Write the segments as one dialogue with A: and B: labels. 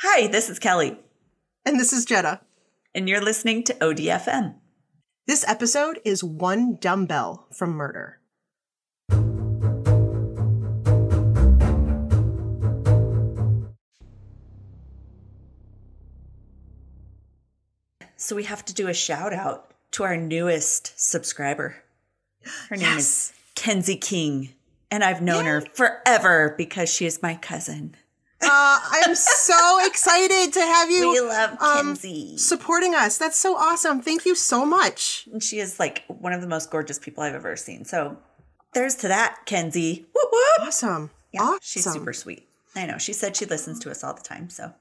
A: Hi, this is Kelly,
B: And this is Jetta.
A: and you're listening to ODFM.
B: This episode is One Dumbbell from Murder.
A: So we have to do a shout out to our newest subscriber. Her name is Kenzie King, and I've known her forever because she is my cousin.
B: Uh, I'm so excited to have you.
A: We love
B: um,
A: Kenzie.
B: Supporting us. That's so awesome. Thank you so much.
A: And she is like one of the most gorgeous people I've ever seen. So there's to that, Kenzie. Whoop whoop.
B: Awesome.
A: Yeah,
B: awesome.
A: she's super sweet. I know. She said she listens to us all the time. So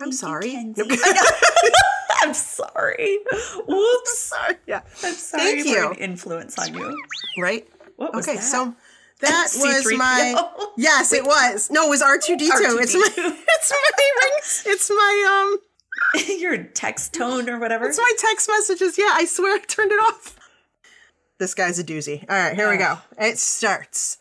B: I'm sorry.
A: Kenzie. I know. I'm sorry. Whoops. Sorry.
B: Yeah.
A: I'm sorry
B: Thank
A: for
B: you.
A: an influence on you.
B: Right?
A: What was
B: Okay,
A: that?
B: so that was
A: C3PO.
B: my Yes, it was. No, it was R2D2. It's my
A: R2D2.
B: it's my ring. It's my um
A: your text tone or whatever.
B: it's my text messages. Yeah, I swear I turned it off. This guy's a doozy. All right, here we go. It starts.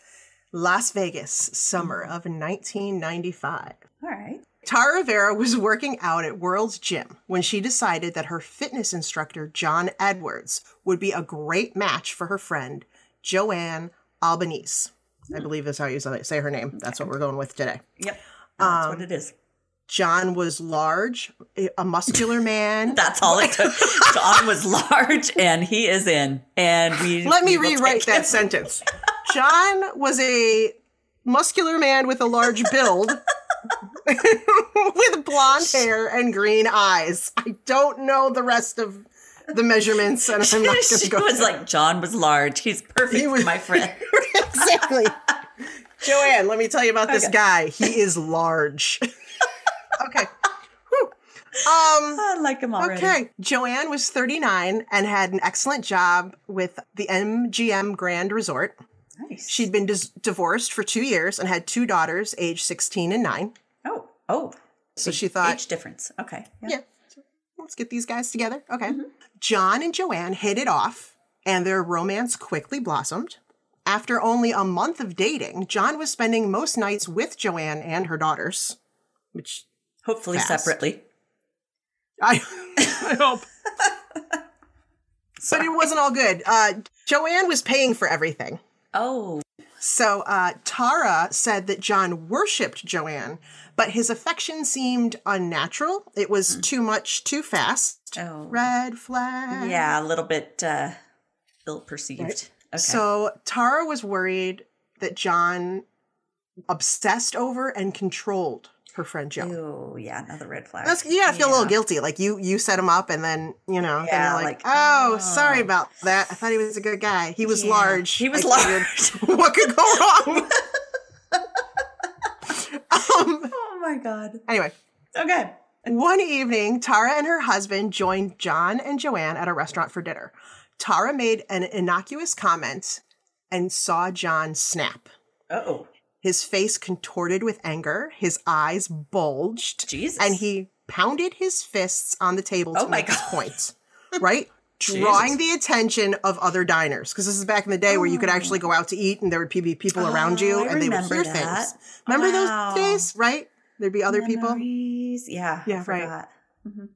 B: Las Vegas, summer of 1995.
A: All right.
B: Tara Vera was working out at World's Gym when she decided that her fitness instructor, John Edwards, would be a great match for her friend, Joanne Albanese. I believe is how you say say her name. That's what we're going with today.
A: Yep. That's
B: Um,
A: what it is.
B: John was large, a muscular man.
A: That's all it took. John was large and he is in. And we
B: Let
A: we
B: me
A: will take
B: rewrite
A: it.
B: that sentence. John was a muscular man with a large build. with blonde hair and green eyes. I don't know the rest of the measurements, and I'm not going
A: she
B: to go.
A: was like, John was large. He's perfect,
B: He was-
A: my friend.
B: exactly. Joanne, let me tell you about this guy. He is large. okay. Whew. Um.
A: I like him already.
B: Okay. Joanne was 39 and had an excellent job with the MGM Grand Resort.
A: Nice.
B: She'd been dis- divorced for two years and had two daughters, aged 16 and 9.
A: Oh, oh.
B: So she thought,
A: Age difference. Okay.
B: yeah, let's get these guys together. Okay. John and Joanne hit it off, and their romance quickly blossomed. After only a month of dating, John was spending most nights with Joanne and her daughters, which
A: Hopefully
B: Fast.
A: separately.
B: I, I hope. but it wasn't all good. Uh, Joanne was paying for everything.
A: Oh,
B: So uh, Tara said that John worshipped Joanne, but his affection seemed unnatural. It was
A: Hmm.
B: too much, too fast.
A: Oh.
B: Red flag.
A: yeah. A little bit uh, ill perceived. Okay.
B: So Tara was worried that John obsessed over and controlled her friend Joan.
A: oh, yeah. Another red flag.
B: That's you gotta feel a little guilty. Like you you set him up and then you know, then
A: Yeah,
B: you're like,
A: like,
B: oh, sorry about that. I thought he was a good guy. He was
A: Yeah.
B: large.
A: He was
B: I figured, what could go wrong? um,
A: Oh my god.
B: anyway.
A: Okay.
B: One evening, Tara and her husband joined John and Joanne at a restaurant for dinner. Tara made an innocuous comment and saw John snap.
A: Oh,
B: His face contorted with anger, his eyes bulged,
A: Jesus.
B: and he pounded his fists on the table to
A: Oh my
B: make his
A: God.
B: point. Right? Drawing the attention of other diners. Because this is back in the day where you could actually go out to eat and there would be people around you
A: Oh. I
B: and they would
A: remember
B: hear
A: that.
B: things. Remember
A: Wow.
B: those days, right? There'd be other people.
A: Memories. Yeah.
B: Yeah,
A: Yeah.
B: right.
A: I forgot.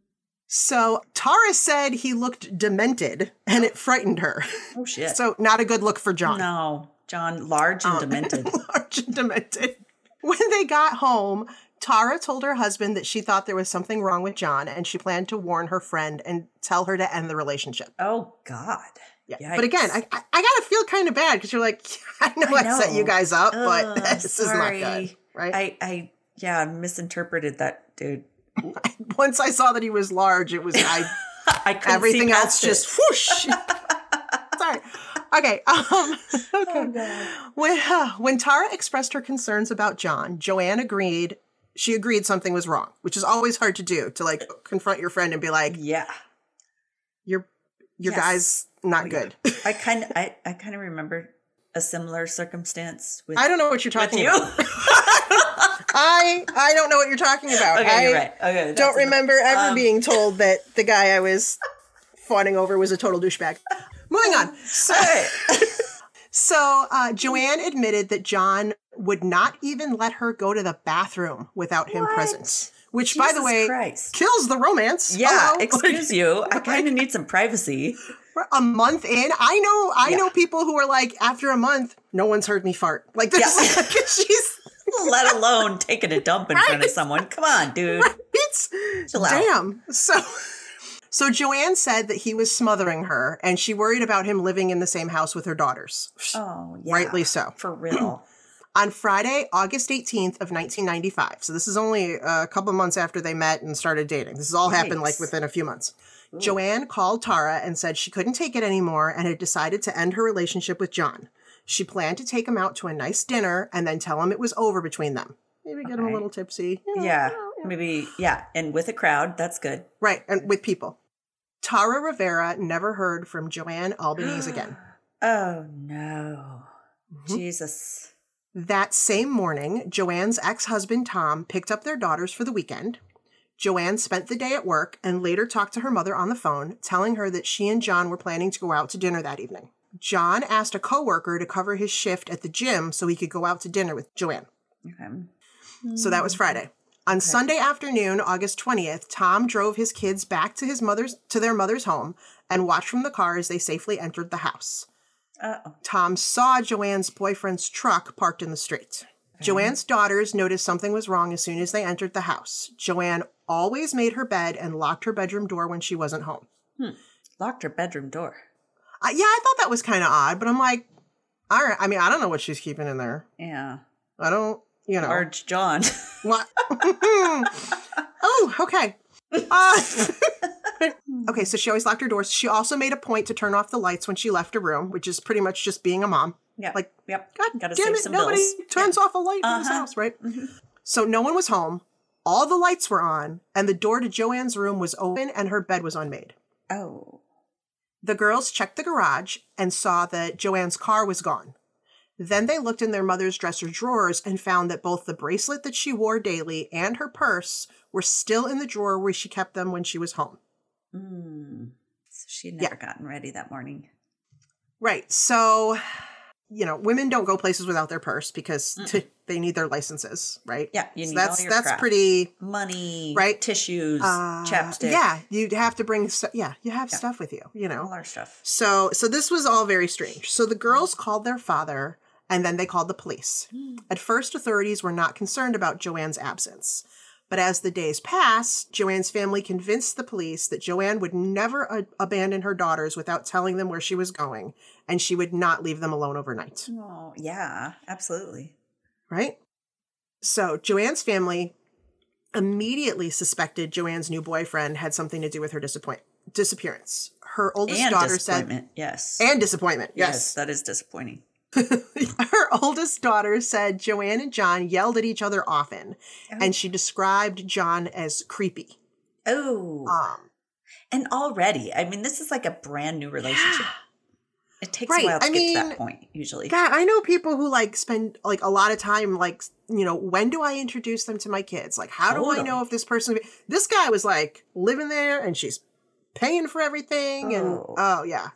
B: So Tara said he looked demented and it frightened her.
A: Oh shit. Oh,
B: So Um, not a good look for John.
A: no, John, large and demented.
B: Large and demented. When they got home, Tara told her husband that she thought there was something wrong with John and she planned to warn her friend and tell her to end the relationship.
A: Oh God.
B: Yeah. But again,
A: Yikes.
B: I, I, I gotta feel kind of bad because you're like, I know I, set
A: know.
B: you guys up,
A: Ugh,
B: but this is not good.
A: sorry.
B: Right?
A: I, I, yeah, misinterpreted that dude.
B: Once I saw that he was large, it was I
A: I couldn't
B: everything
A: see
B: else
A: past it.
B: just whoosh. Sorry. Okay. Um,
A: Oh,
B: okay. when, uh, when Tara expressed her concerns about John, Joanne agreed. She agreed something was wrong, which is always hard to do to like confront your friend and be like,
A: yeah.
B: "Your your
A: Yes.
B: guy's not
A: Oh, yeah.
B: good."
A: I kind of, I, I kind of remember a similar circumstance with
B: I don't know what you're
A: with
B: talking
A: you.
B: about. I I don't know what you're talking about.
A: okay,
B: I
A: you're right. Okay,
B: don't
A: that's enough.
B: remember ever
A: Um,
B: being told that the guy I was fawning over was a total douchebag. Moving on. So,
A: Alright.
B: So uh, Joanne admitted that John would not even let her go to the bathroom without him
A: What?
B: present, which by the
A: Jesus
B: way
A: Christ.
B: kills the romance.
A: Yeah,
B: Hello?
A: excuse
B: Like,
A: you. I kind of need some privacy.
B: we're a month in, I know I
A: Yeah.
B: know people who are like after a month, no one's heard me fart. Like this
A: Yeah.
B: like, she's
A: let alone taking a dump in front of someone. Come on, dude.
B: it's
A: Chill out.
B: damn. So so Joanne said that he was smothering her and she worried about him living in the same house with her daughters.
A: Oh, yeah.
B: Rightly so.
A: For real.
B: on Friday, August 18th of 1995. So this is only a couple of months after they met and started dating. This has all happened like
A: Yikes.
B: within a few months. Joanne called Tara and said she couldn't take it anymore and had decided to end her relationship with John. She planned to take him out to a nice dinner and then tell him it was over between them. Maybe get him a
A: Okay.
B: little tipsy. you know,
A: yeah.
B: you know, you know.
A: Maybe, yeah. And with a crowd, that's good.
B: Right, and with people. Tara Rivera never heard from Joanne Albanese again.
A: Oh, no.
B: Mhm.
A: Jesus.
B: That same morning, Joanne's ex husband Tom picked up their daughters for the weekend. Joanne spent the day at work and later talked to her mother on the phone, telling her that she and John were planning to go out to dinner that evening. John asked a coworker to cover his shift at the gym so he could go out to dinner with Joanne.
A: Okay.
B: So that was Friday. On Sunday afternoon, August 20th, Tom drove his kids back to his mother's to their mother's home and watched from the car as they safely entered the house.
A: Uh-oh.
B: Tom saw Joanne's boyfriend's truck parked in the street. Joanne's daughters noticed something was wrong as soon as they entered the house. Joanne always made her bed and locked her bedroom door when she wasn't home.
A: Locked her bedroom door.
B: Uh, yeah, I thought that was kind of odd, but I'm like, all right. I mean, I don't know what she's keeping in there.
A: Yeah.
B: I don't, you know.
A: Large John.
B: What? oh, okay. Uh, okay, so she always locked her doors. She also made a point to turn off the lights when she left a room, which is pretty much just being a mom.
A: yeah.
B: Like,
A: yep.
B: God
A: Gotta
B: damn
A: save
B: it,
A: some
B: nobody
A: bills.
B: turns off a light in this
A: Uh-huh.
B: house, right? So no one was home. All the lights were on, and the door to Joanne's room was open and her bed was unmade.
A: Oh.
B: The girls checked the garage and saw that Joanne's car was gone. Then they looked in their mother's dresser drawers and found that both the bracelet that she wore daily and her purse were still in the drawer where she kept them when she was home.
A: Mm. So she had never gotten ready that morning.
B: Right. So, you know, women don't go places without their purse because they need their licenses, right?
A: Yeah, you
B: So
A: need all
B: that's
A: your
B: that's
A: crap.
B: pretty
A: Money,
B: Right.
A: tissues,
B: uh,
A: chapstick.
B: Yeah, you'd have to bring. Stu- yeah, you have stuff with you. You know.
A: All our stuff.
B: So so this was all very strange. So the girls called their father and then they called the police. At first authorities were not concerned about Joanne's absence. But as the days passed, Joanne's family convinced the police that Joanne would never a- abandon her daughters without telling them where she was going and she would not leave them alone overnight,
A: Oh, yeah, absolutely.
B: right? So Joanne's family immediately suspected Joanne's new boyfriend had something to do with her disappoint- disappearance. Her oldest
A: and
B: daughter said
A: disappointment. yes.
B: and disappointment.
A: yes.
B: yes.
A: that is disappointing.
B: Her oldest daughter said Joanne and John yelled at each other often, and she described John as creepy.
A: Oh,
B: Um,
A: and already, I mean, this is like a brand new relationship. It takes
B: Right,
A: a while to
B: I
A: get to
B: mean-
A: that point, usually.
B: God, I know people who like spend like a lot of time like you know when do I introduce them to my kids? Like how do I
A: Totally.
B: know if this person? This guy was like living there, and she's paying for everything, and
A: Oh.
B: oh yeah.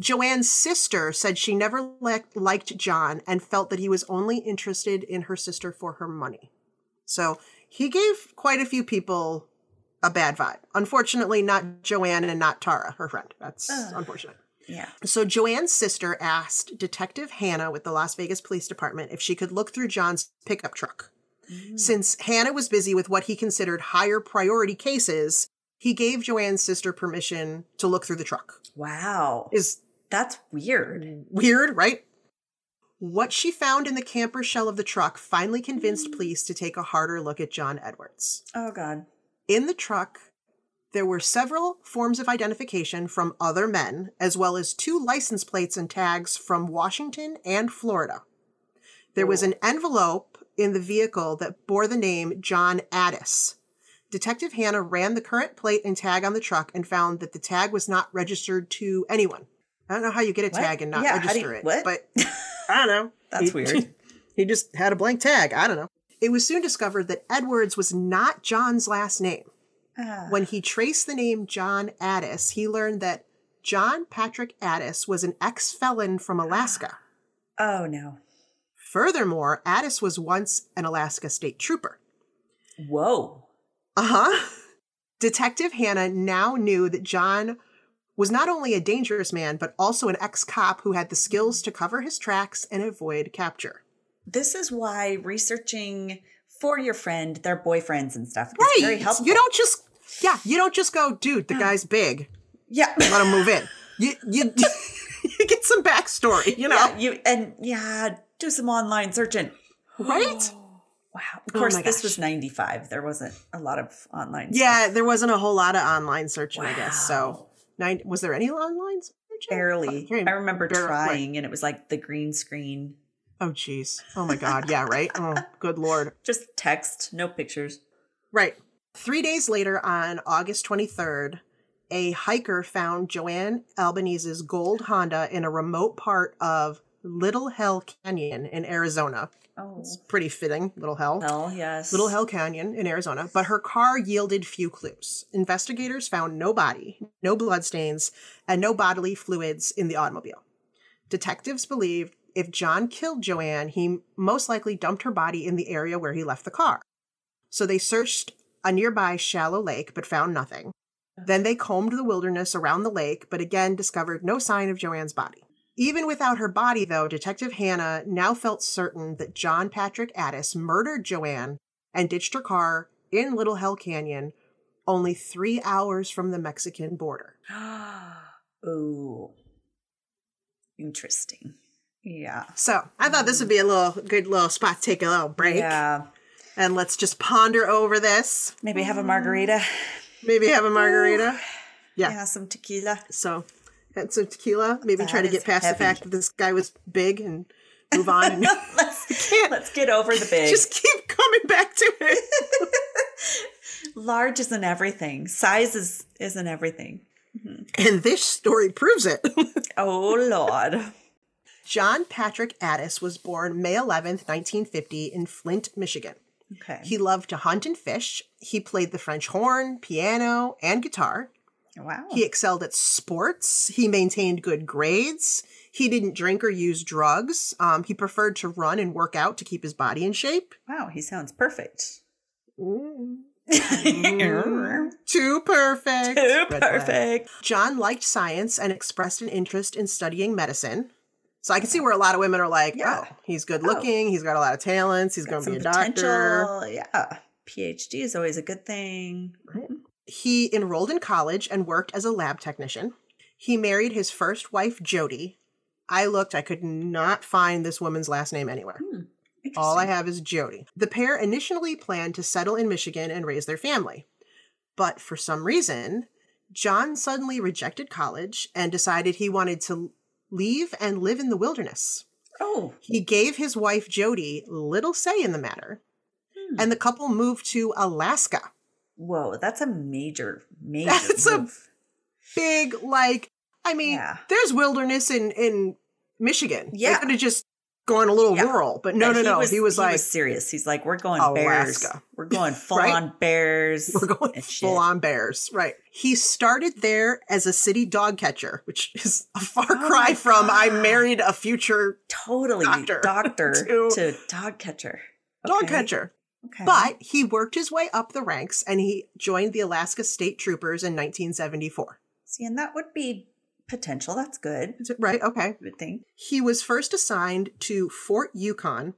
B: Joanne's sister said she never li- liked John and felt that he was only interested in her sister for her money. So he gave quite a few people a bad vibe. Unfortunately, not Joanne and not Tara, her friend. That's unfortunate.
A: Yeah.
B: So Joanne's sister asked Detective Hannah with the Las Vegas Police Department if she could look through John's pickup truck.
A: Hmm.
B: Since Hannah was busy with what he considered higher priority cases, he gave Joanne's sister permission to look through the truck.
A: Wow.
B: Is
A: That's
B: Mm.
A: weird.
B: weird, right? What she found in the camper shell of the truck finally convinced police to take a harder look at John Edwards.
A: Oh, God.
B: In the truck, there were several forms of identification from other men, as well as two license plates and tags from Washington and Florida. There was an envelope in the vehicle that bore the name John Addis. Detective Hannah ran the current plate and tag on the truck and found that the tag was not registered to anyone. I don't know how you get a
A: What?
B: tag and not
A: Yeah, how do
B: register
A: you-
B: it,
A: what?
B: but I don't know.
A: That's
B: He-
A: weird.
B: he just had a blank tag. I don't know. It was soon discovered that Edwards was not John's last name.
A: Ah.
B: When he traced the name John Addis, he learned that John Patrick Addis was an ex felon from Alaska.
A: Oh, no.
B: Furthermore, Addis was once an Alaska state trooper.
A: Whoa.
B: Uh huh. Detective Hannah now knew that John was not only a dangerous man, but also an ex cop who had the skills to cover his tracks and avoid capture.
A: This is why researching for your friend, their boyfriends and stuff, is
B: Right.
A: very helpful.
B: You don't just, yeah, you don't just go, dude, the guy's big.
A: yeah.
B: Let him move in. You, you, you get some backstory, you know?
A: yeah, you and yeah, do some online searching.
B: Right?
A: Wow. Of
B: Oh
A: course,
B: my
A: this
B: gosh.
A: was ninety five. There wasn't a lot of online. stuff.
B: Yeah, there wasn't a whole lot of online searching, I guess. So,
A: Wow.
B: nine, was there any online searching?
A: barely.
B: Okay.
A: I remember
B: Barely.
A: trying, and it was like the green screen,
B: Oh, jeez. Oh, my God. Yeah, right? Oh, good Lord.
A: just text, no pictures.
B: Right. Three days later, on August 23rd, a hiker found Joanne Albanese's gold Honda in a remote part of Little Hell Canyon in Arizona.
A: Oh,
B: Pretty fitting, Little Hell.
A: hell yes.
B: Little Hell Canyon in Arizona, but her car yielded few clues. Investigators found no body, no bloodstains, and no bodily fluids in the automobile. Detectives believed if John killed Joanne, he most likely dumped her body in the area where he left the car. So they searched a nearby shallow lake but found nothing. Then they combed the wilderness around the lake but again discovered no sign of Joanne's body. Even without her body, though, Detective Hannah now felt certain that John Patrick Addis murdered Joanne and ditched her car in Little Hell Canyon, only three hours from the Mexican border.
A: Ooh, interesting. Yeah.
B: So I thought this would be a little good little spot to take a little break
A: Yeah.
B: and let's just ponder over this.
A: Maybe have a margarita.
B: Maybe have a margarita. Yeah.
A: Yeah, some tequila.
B: So had some tequila. Maybe try
A: That
B: to get
A: is
B: past
A: heavy.
B: the fact that this guy was big and move on and
A: let's,
B: can't-
A: let's get over the big.
B: just keep coming back to it.
A: Large isn't everything. Size is isn't everything.
B: and this story proves it.
A: Oh Lord.
B: John Patrick Addis was born May 11th, 1950 in Flint, Michigan.
A: Okay.
B: He loved to hunt and fish. He played the French horn, piano, and guitar.
A: wow.
B: He excelled at sports. He maintained good grades. He didn't drink or use drugs. Um, he preferred to run and work out to keep his body in shape.
A: wow. He sounds perfect.
B: Mm-hmm. Too perfect.
A: Too
B: Red flag.
A: perfect.
B: John liked science and expressed an interest in studying medicine. So I can see where a lot of women are like,
A: Yeah.
B: oh, he's good looking. He's got a lot of talents. He's going to be a doctor.
A: Yeah. PhD is always a good thing. Hmm.
B: He enrolled in college and worked as a lab technician. He married his first wife, Jody. I looked, I could not find this woman's last name anywhere. All I
A: Interesting.
B: have is Jody. The pair initially planned to settle in Michigan and raise their family. But for some reason, John suddenly rejected college and decided he wanted to leave and live in the wilderness.
A: Oh.
B: He gave his wife Jody little say in the matter,
A: Hmm.
B: and the couple moved to Alaska.
A: Whoa, that's a major, major.
B: That's a-
A: move.
B: Big, like, I mean,
A: Yeah.
B: there's wilderness in in Michigan.
A: Yeah.
B: they could have just gone a little
A: Yeah.
B: rural, but no,
A: Yeah,
B: no, no. he was like,
A: serious. He's like, we're going bears.
B: Alaska.
A: We're going full
B: Right?
A: on bears.
B: We're going
A: and
B: full
A: shit.
B: on bears. Right. He started there as a city dog catcher, which is a far
A: Oh
B: cry
A: my
B: from I
A: God.
B: married a future
A: Totally doctor,
B: Doctor
A: to,
B: to-
A: dog catcher.
B: dog
A: Okay,
B: catcher.
A: okay.
B: But he worked his way up the ranks and he joined the Alaska State Troopers in 1974.
A: see, and that would be potential. That's good.
B: Is it Right. Okay.
A: I would think.
B: He was first assigned to Fort Yukon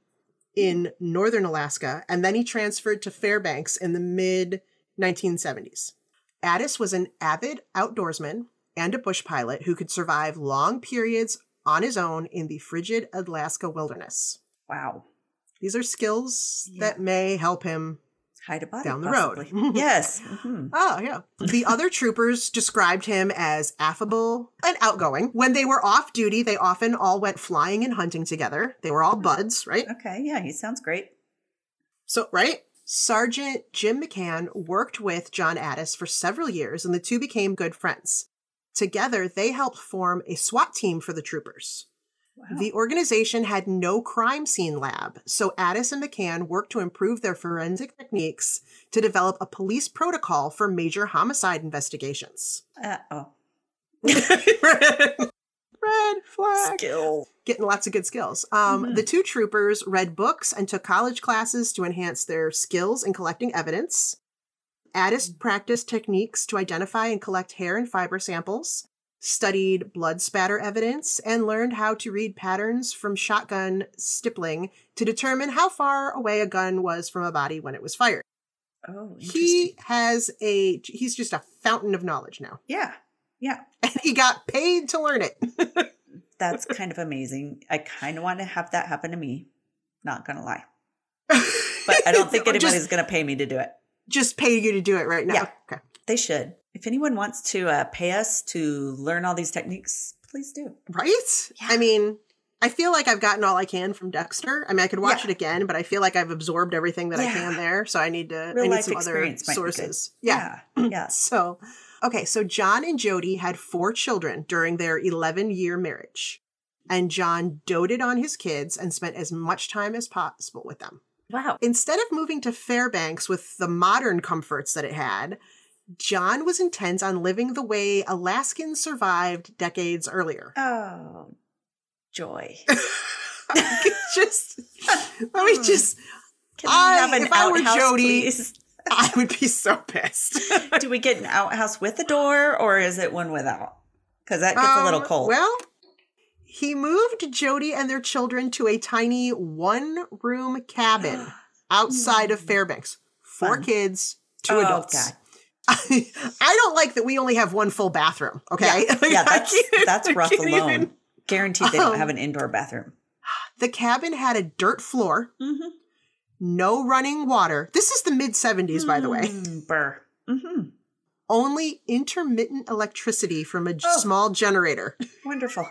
B: in northern Alaska, and then he transferred to Fairbanks in the mid 1970s. Addis was an avid outdoorsman and a bush pilot who could survive long periods on his own in the frigid Alaska wilderness.
A: Wow.
B: These are skills
A: Yeah.
B: that may help him.
A: Hide a body
B: Down the road.
A: possibly. yes. Mhm.
B: Oh, yeah. The other troopers described him as affable and outgoing. When they were off duty, they often all went flying and hunting together. They were all buds, right?
A: Okay. Yeah, he sounds great.
B: So, right? Sergeant Jim McCann worked with John Addis for several years, and the two became good friends. Together, they helped form a SWAT team for the troopers.
A: Wow.
B: The organization had no crime scene lab, so Addis and McCann worked to improve their forensic techniques to develop a police protocol for major homicide investigations.
A: uh, oh,
B: Red flag
A: skill.
B: getting lots of good skills. Um,
A: Mhm.
B: The two troopers read books and took college classes to enhance their skills in collecting evidence. Addis
A: Mm-hmm.
B: practiced techniques to identify and collect hair and fiber samples, studied blood spatter evidence, and learned how to read patterns from shotgun stippling to determine how far away a gun was from a body when it was fired.
A: Oh, interesting.
B: He has a he's just a fountain of knowledge now.
A: yeah. Yeah.
B: And he got paid to learn it.
A: That's kind of amazing. I kind of want to have that happen to me. Not going to lie. But I don't think
B: Or just-
A: anybody's going to pay me to do it.
B: just pay you to do it right now.
A: Yeah.
B: Okay.
A: They should. If anyone wants to uh, pay us to learn all these techniques, please do.
B: Right?
A: Yeah.
B: I mean, I feel like I've gotten all I can from Dexter. I mean, I could watch
A: Yeah.
B: it again, but I feel like I've absorbed everything that I
A: Yeah.
B: can there. So I need to
A: Real
B: I need
A: life
B: some other
A: experience might be good.
B: sources. Yeah.
A: Yeah. yeah.
B: So, okay, so John and Jody had four children during their 11 year marriage. And John doted on his kids and spent as much time as possible with them.
A: Wow.
B: Instead of moving to Fairbanks with the modern comforts that it had, John was intent on living the way Alaskans survived decades earlier.
A: Oh, joy.
B: I could just let me just
A: Can
B: I-
A: I have an
B: if I were
A: outhouse,
B: Jody-
A: please?
B: I would be so pissed.
A: Do we get an outhouse with a door or is it one without? Because that gets a little
B: Um,
A: cold.
B: Well, he moved Jody and their children to a tiny one room cabin outside of Fairbanks. Four
A: Hmm. Fun.
B: kids, two
A: Oh,
B: adults.
A: God.
B: I, don't like that we only have one full bathroom. Okay.
A: Yeah,
B: Like,
A: yeah
B: I
A: that's
B: can't-
A: that's
B: I
A: rough
B: can't
A: alone.
B: even-
A: Guaranteed they don't
B: Um,
A: have an indoor bathroom.
B: The cabin had a dirt floor,
A: Mm-hmm.
B: no running water. This is the mid 70s, by the way. Mm-hmm.
A: Burr. hmm
B: Only intermittent electricity from a j-
A: Oh.
B: small generator.
A: Wonderful.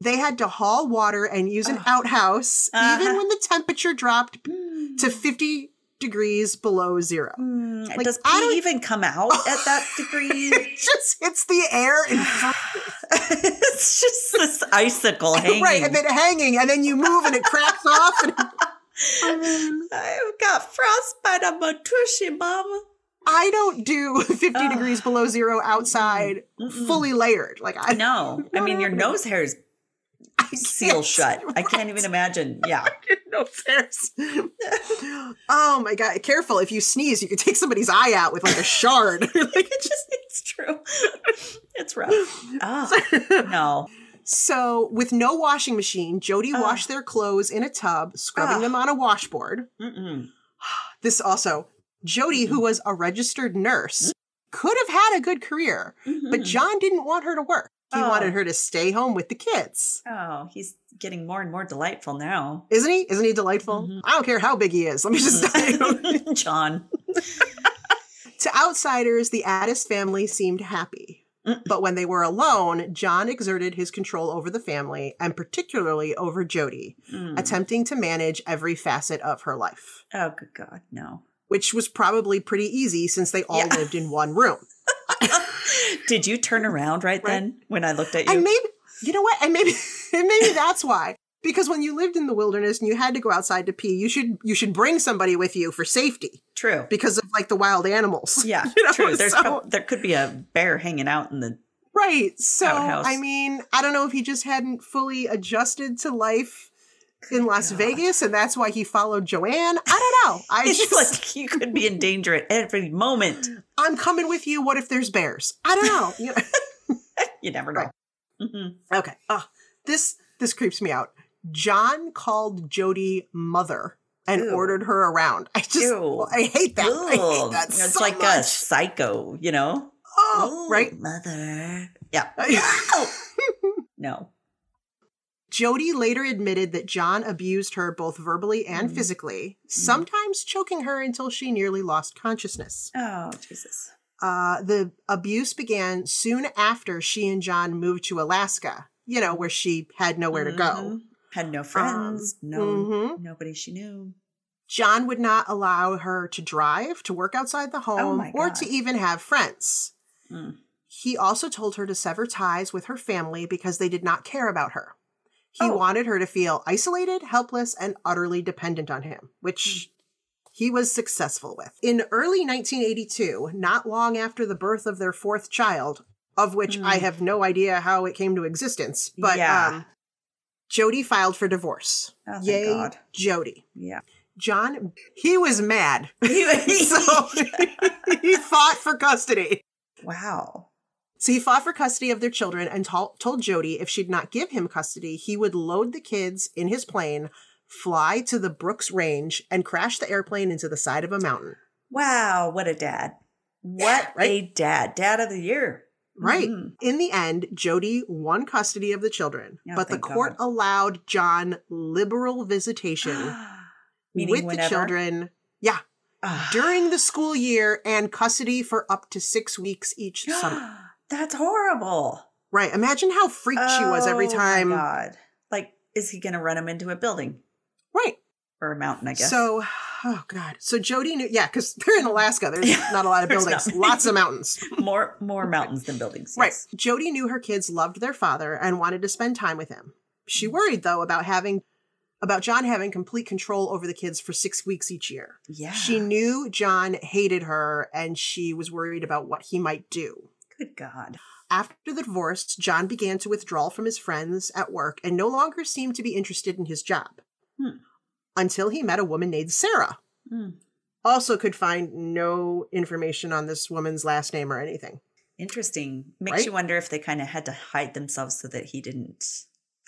B: They had to haul water and use an
A: Ugh.
B: outhouse, even
A: Uh-huh.
B: when the temperature dropped to 50 degrees below zero.
A: Mm,
B: Like,
A: does pee
B: I don't-
A: even come out at that degree?
B: It just hits the air and
A: it's just this icicle hanging.
B: right, and then hanging, and then you move and it cracks off. And
A: I've got frostbite on my tushy, mama.
B: I don't do 50
A: Ugh.
B: degrees below zero outside,
A: Mm-mm.
B: fully layered. Like I
A: No, I mean your nose hairs
B: I can't-
A: seal shut. I can't even imagine. Yeah,
B: no stairs. oh my god! Careful! If you sneeze, you could take somebody's eye out with like a shard. like,
A: it just it's true. It's rough. Oh no.
B: So, with no washing machine, Jody
A: Ugh.
B: washed their clothes in a tub, scrubbing
A: Ugh.
B: them on a washboard.
A: Mm-mm.
B: This also, Jody, who was a registered
A: Hmm?
B: nurse, could have had a good career, but
A: Mhm.
B: John didn't want her to work. He
A: Oh.
B: wanted her to stay home with the kids.
A: Oh, he's getting more and more delightful now.
B: Isn't he? Isn't he delightful?
A: Mhm.
B: I don't care how big he is. Let me just tell you.
A: Mm-hmm. John.
B: to outsiders, the Addis family seemed happy.
A: Mm.
B: But when they were alone, John exerted his control over the family and particularly over Jody,
A: Mm.
B: attempting to manage every facet of her life.
A: Oh, good God, no.
B: which was probably pretty easy since they all
A: Yeah.
B: lived in one room.
A: Did you turn around right,
B: Right.
A: then when I looked at you?
B: And maybe you know what? And maybe and maybe that's why. Because when you lived in the wilderness and you had to go outside to pee, you should you should bring somebody with you for safety
A: True.
B: because of like the wild animals.
A: Yeah,
B: You know,
A: true. There's
B: so-
A: prob- there could be a bear hanging out in the.
B: Right. So
A: Outhouse.
B: I mean, I don't know if he just hadn't fully adjusted to life in Las
A: God.
B: Vegas and that's why he followed Joanne. I don't know. I
A: It's
B: just
A: like you could be in danger at every moment.
B: I'm coming with you. What if there's bears? I don't know. You know?
A: You never know. hmm
B: Okay. Ah, this this creeps me out. John called Jody mother and
A: Ew.
B: ordered her around. I just
A: Ew.
B: I hate that. I hate
A: Ugh.
B: that
A: it's
B: so
A: like a
B: much.
A: psycho, you know?
B: Oh,
A: Ooh,
B: right.
A: Mother. Yeah. No.
B: Jody later admitted that John abused her both verbally and
A: Mm-hmm.
B: physically, sometimes choking her until she nearly lost consciousness.
A: Oh, Jesus.
B: Uh, the abuse began soon after she and John moved to Alaska, you know, where she had nowhere to go. Um,
A: Mhm. Had no friends. no.
B: mhm.
A: Nobody she knew.
B: John would not allow her to drive, to work outside the home,
A: Oh my
B: or
A: God.
B: to even have friends.
A: Mm.
B: He also told her to sever ties with her family because they did not care about her. He
A: Oh.
B: wanted her to feel isolated, helpless, and utterly dependent on him, which
A: Hmm.
B: he was successful with. In early 1982, not long after the birth of their fourth child, of which I
A: Mm.
B: have no idea how it came to existence, but
A: Yeah.
B: um, Jody filed for divorce.
A: Oh, thank
B: Yay,
A: God.
B: Jody.
A: Yeah.
B: John, he was mad.
A: He-
B: So he fought for custody.
A: wow.
B: So he fought for custody of their children and tol- told Jody if she'd not give him custody, he would load the kids in his plane, fly to the Brooks Range, and crash the airplane into the side of a mountain.
A: Wow. What a dad. What
B: right?
A: a dad. Dad of the year.
B: Right.
A: Mhm.
B: In the end, Jody won custody of the children,
A: Oh,
B: but the
A: thank
B: court
A: God.
B: allowed John liberal visitation
A: Meaning
B: with the
A: whenever?
B: children
A: Ah.
B: during the school year and custody for up to six weeks each summer.
A: That's horrible.
B: Right. Imagine how freaked she was every
A: Oh, my
B: time.
A: God. Like, is he going to run him into a building
B: Right.
A: or a mountain, I guess?
B: So, oh God. So Jody knew, yeah, because they're in Alaska. There's
A: Yeah,
B: not a lot of
A: there's
B: buildings,
A: not-
B: lots of mountains.
A: more more mountains than buildings.
B: Right.
A: yes.
B: Jody knew her kids loved their father and wanted to spend time with him.
A: Mm.
B: She worried, though, about having, about John having complete control over the kids for six weeks each year.
A: Yeah.
B: She knew John hated her and she was worried about what he might do.
A: Good God.
B: After the divorce, John began to withdraw from his friends at work and no longer seemed to be interested in his job.
A: Hmm.
B: Until he met a woman named Sarah.
A: Hmm.
B: Also, could find no information on this woman's last name or anything.
A: Interesting. Makes
B: Right?
A: you wonder if they kind of had to hide themselves so that he didn't.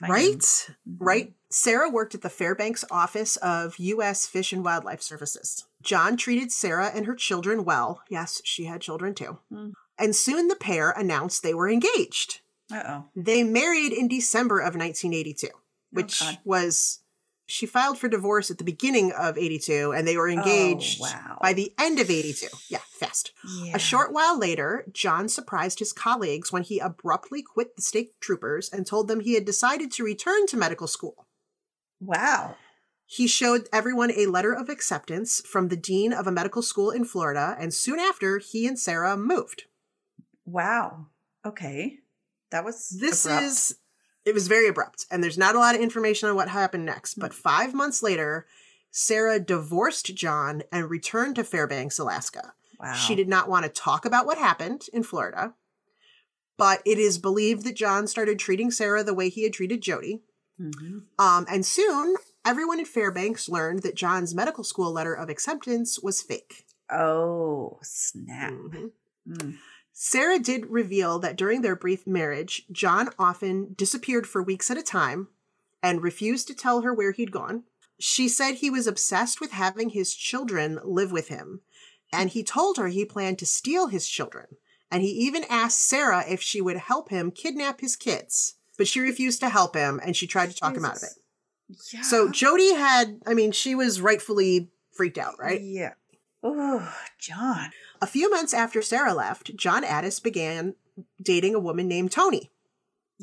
A: Find Mm-hmm.
B: Right?
A: them.
B: Right? Sarah worked at the Fairbanks office of U.S. Fish and Wildlife Services. John treated Sarah and her children well. Yes, she had children too.
A: Hmm.
B: And soon the pair announced they were engaged.
A: Uh oh.
B: They married in December of 1982, which
A: God.
B: was she filed for divorce at the beginning of 82 and they were engaged
A: Oh, wow.
B: by the end of 82. Yeah, fast.
A: Yeah.
B: A short while later, John surprised his colleagues when he abruptly quit the state troopers and told them he had decided to return to medical school.
A: Wow.
B: He showed everyone a letter of acceptance from the dean of a medical school in Florida, and soon after, he and Sarah moved.
A: Wow. Okay. That was
B: This
A: abrupt.
B: is, it was very abrupt, and there's not a lot of information on what happened next. But
A: Mm-hmm.
B: five months later, Sarah divorced John and returned to Fairbanks, Alaska.
A: wow.
B: She did not want to talk about what happened in Florida, but it is believed that John started treating Sarah the way he had treated Jody.
A: Mhm.
B: Um, and soon, everyone in Fairbanks learned that John's medical school letter of acceptance was fake.
A: Oh snap.
B: Mhm.
A: Mm.
B: Sarah did reveal that during their brief marriage, John often disappeared for weeks at a time and refused to tell her where he'd gone. She said he was obsessed with having his children live with him, and he told her he planned to steal his children. And he even asked Sarah if she would help him kidnap his kids, but she refused to help him and she tried to talk him out of it.
A: Jesus. Yeah.
B: So Jody had, I mean, she was rightfully freaked out, right?
A: Yeah. Oh, John.
B: A few months after Sarah left, John Addis began dating a woman named Tony.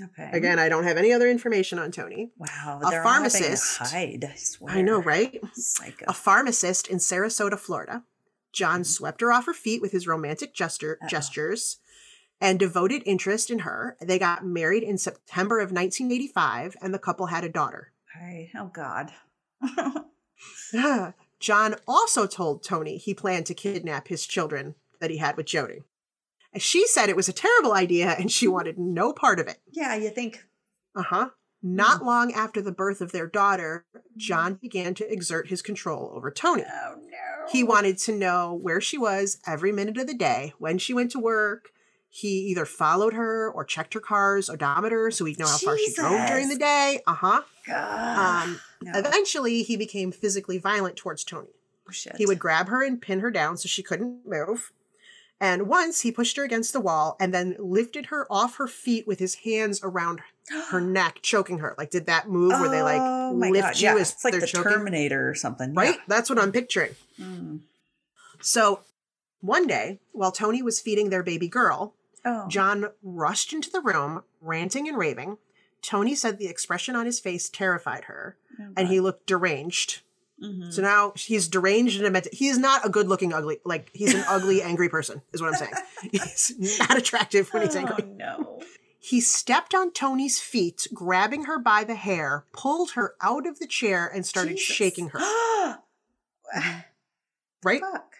A: Okay.
B: Again, I don't have any other information on Tony.
A: Wow.
B: a
A: they're all having to
B: pharmacist-
A: hide. I swear.
B: I know, right?
A: Psycho.
B: A pharmacist in Sarasota, Florida. John swept her off her feet with his romantic gesture,
A: Uh-oh.
B: gestures and devoted interest in her. They got married in September of 1985 and the couple had a daughter.
A: Hi. Oh God.
B: John also told Tony he planned to kidnap his children that he had with Jody. And She said it was a terrible idea and she wanted no part of it.
A: yeah, you think.
B: Uh huh. Not long after the birth of their daughter, John began to exert his control over Tony.
A: Oh no.
B: He wanted to know where she was every minute of the day, when she went to work. He either followed her or checked her car's odometer so he'd know how far she drove
A: Jesus.
B: during the day. Uh huh.
A: God.
B: Um,
A: no.
B: eventually, he became physically violent towards Tony.
A: Oh, shit.
B: He would grab her and pin her down so she couldn't move. And once he pushed her against the wall and then lifted her off her feet with his hands around her neck, choking her. Like, did that move where they like
A: Oh, my
B: lift
A: God.
B: you
A: Yeah,
B: as
A: it's like
B: they're
A: the
B: choking?
A: Terminator or something,
B: Right? That's what I'm picturing.
A: Yeah. Mm.
B: So one day, while Tony was feeding their baby girl,
A: Oh,
B: John rushed into the room, ranting and raving. Tony said the expression on his face terrified her,
A: oh,
B: and he looked deranged.
A: Mm-hmm. Mm.
B: So now he's deranged and demented. He is not a good looking ugly. Like he's an ugly, angry person, is what I'm saying. He's not attractive when he's angry.
A: Oh no.
B: He stepped on Tony's feet, grabbing her by the hair, pulled her out of the chair, and started
A: Jesus.
B: shaking her. Right?
A: Fuck.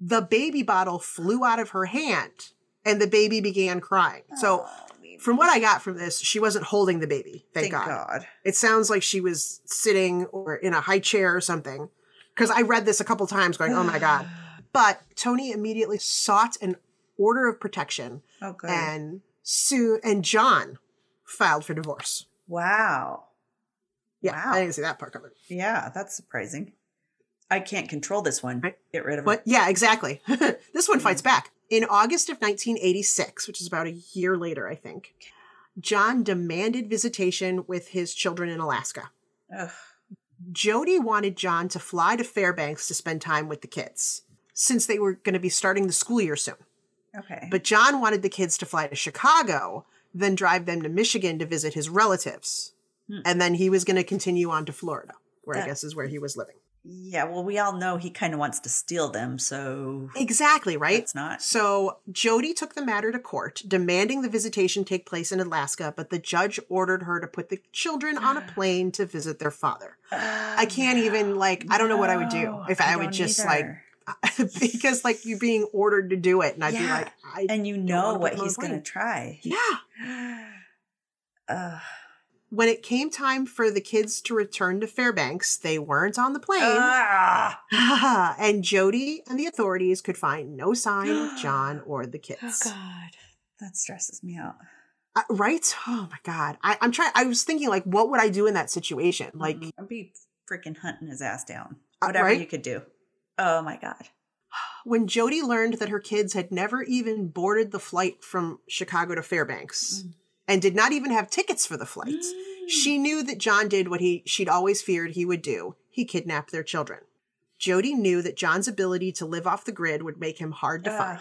B: The baby bottle flew out of her hand and the baby began crying. So,
A: Oh, baby.
B: from what I got from this, she wasn't holding the baby. Thank, God. It sounds like she was sitting or in a high chair or something. Because I read this a couple times going, oh my God. But Tony immediately sought an order of protection
A: Oh, good.
B: and Sue and John filed for divorce.
A: wow.
B: Yeah,
A: Wow.
B: I didn't see that part coming.
A: Yeah, that's surprising. I can't control this one.
B: Right.
A: Get rid of
B: But
A: it.
B: yeah, exactly. this one fights back. In August of 1986, which is about a year later, I think, John demanded visitation with his children in Alaska.
A: Ugh.
B: Jody wanted John to fly to Fairbanks to spend time with the kids since they were going to be starting the school year soon.
A: Okay.
B: But John wanted the kids to fly to Chicago, then drive them to Michigan to visit his relatives. And then he was going to continue on to Florida, where I
A: That-
B: guess is where he was living.
A: yeah, well, we all know he kind of wants to steal them, so
B: Exactly, right?
A: it's not.
B: So Jody took the matter to court, demanding the visitation take place in Alaska, but the judge ordered her to put the children on a plane to visit their father. I can't even like I don't know what I would do
A: Oh, No,
B: if I,
A: don't
B: would just
A: either.
B: like because like you're being ordered to do it and I'd be
A: Yeah.
B: like I
A: and you
B: wanna
A: know
B: put
A: what
B: them on
A: he's
B: a plane.
A: going to try.
B: yeah.
A: Ugh.
B: When it came time for the kids to return to Fairbanks, they weren't on the plane.
A: Ah.
B: and Jody and the authorities could find no sign of John or the
A: oh
B: kids.
A: God, that stresses me out.
B: Uh, right? Oh my god. I, I'm trying. I was thinking, like, what would I do in that situation? Like,
A: Mm, I'd be freaking hunting his ass down.
B: Uh,
A: Whatever
B: right?
A: you could do. Oh my God.
B: when Jody learned that her kids had never even boarded the flight from Chicago to Fairbanks
A: Mm.
B: and did not even have tickets for the flight, she knew that John did what he she'd always feared he would do. He kidnapped their children. Jody knew that John's ability to live off the grid would make him hard to
A: Ugh.
B: find.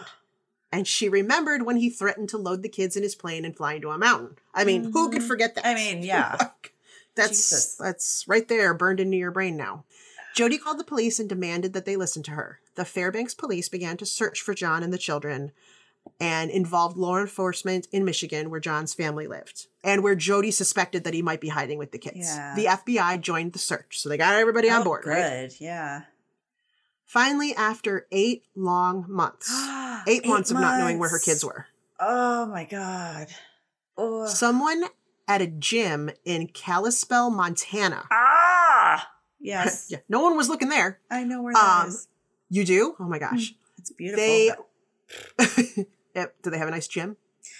B: And she remembered when he threatened to load the kids in his plane and fly into a mountain. I mean, who could
A: Mhm.
B: forget that?
A: I mean, yeah.
B: Like, that's
A: Jesus.
B: that's right there, burned into your brain now. Jody called the police and demanded that they listen to her. The Fairbanks police began to search for John and the children and involved law enforcement in Michigan where John's family lived and where Jody suspected that he might be hiding with the kids.
A: Yeah.
B: The FBI joined the search, so they got everybody
A: Oh,
B: on board,
A: Good.
B: right?
A: Yeah.
B: Finally, after eight long months, eight, months, of not knowing where her kids were,
A: Oh my God. Oh.
B: someone at a gym in Kalispell, Montana.
A: ah. Yes.
B: yeah, no one was looking there.
A: I know where that
B: Um,
A: is.
B: You do? Oh my gosh.
A: It's beautiful.
B: They
A: but Mm.
B: Yep. do they have a nice gym?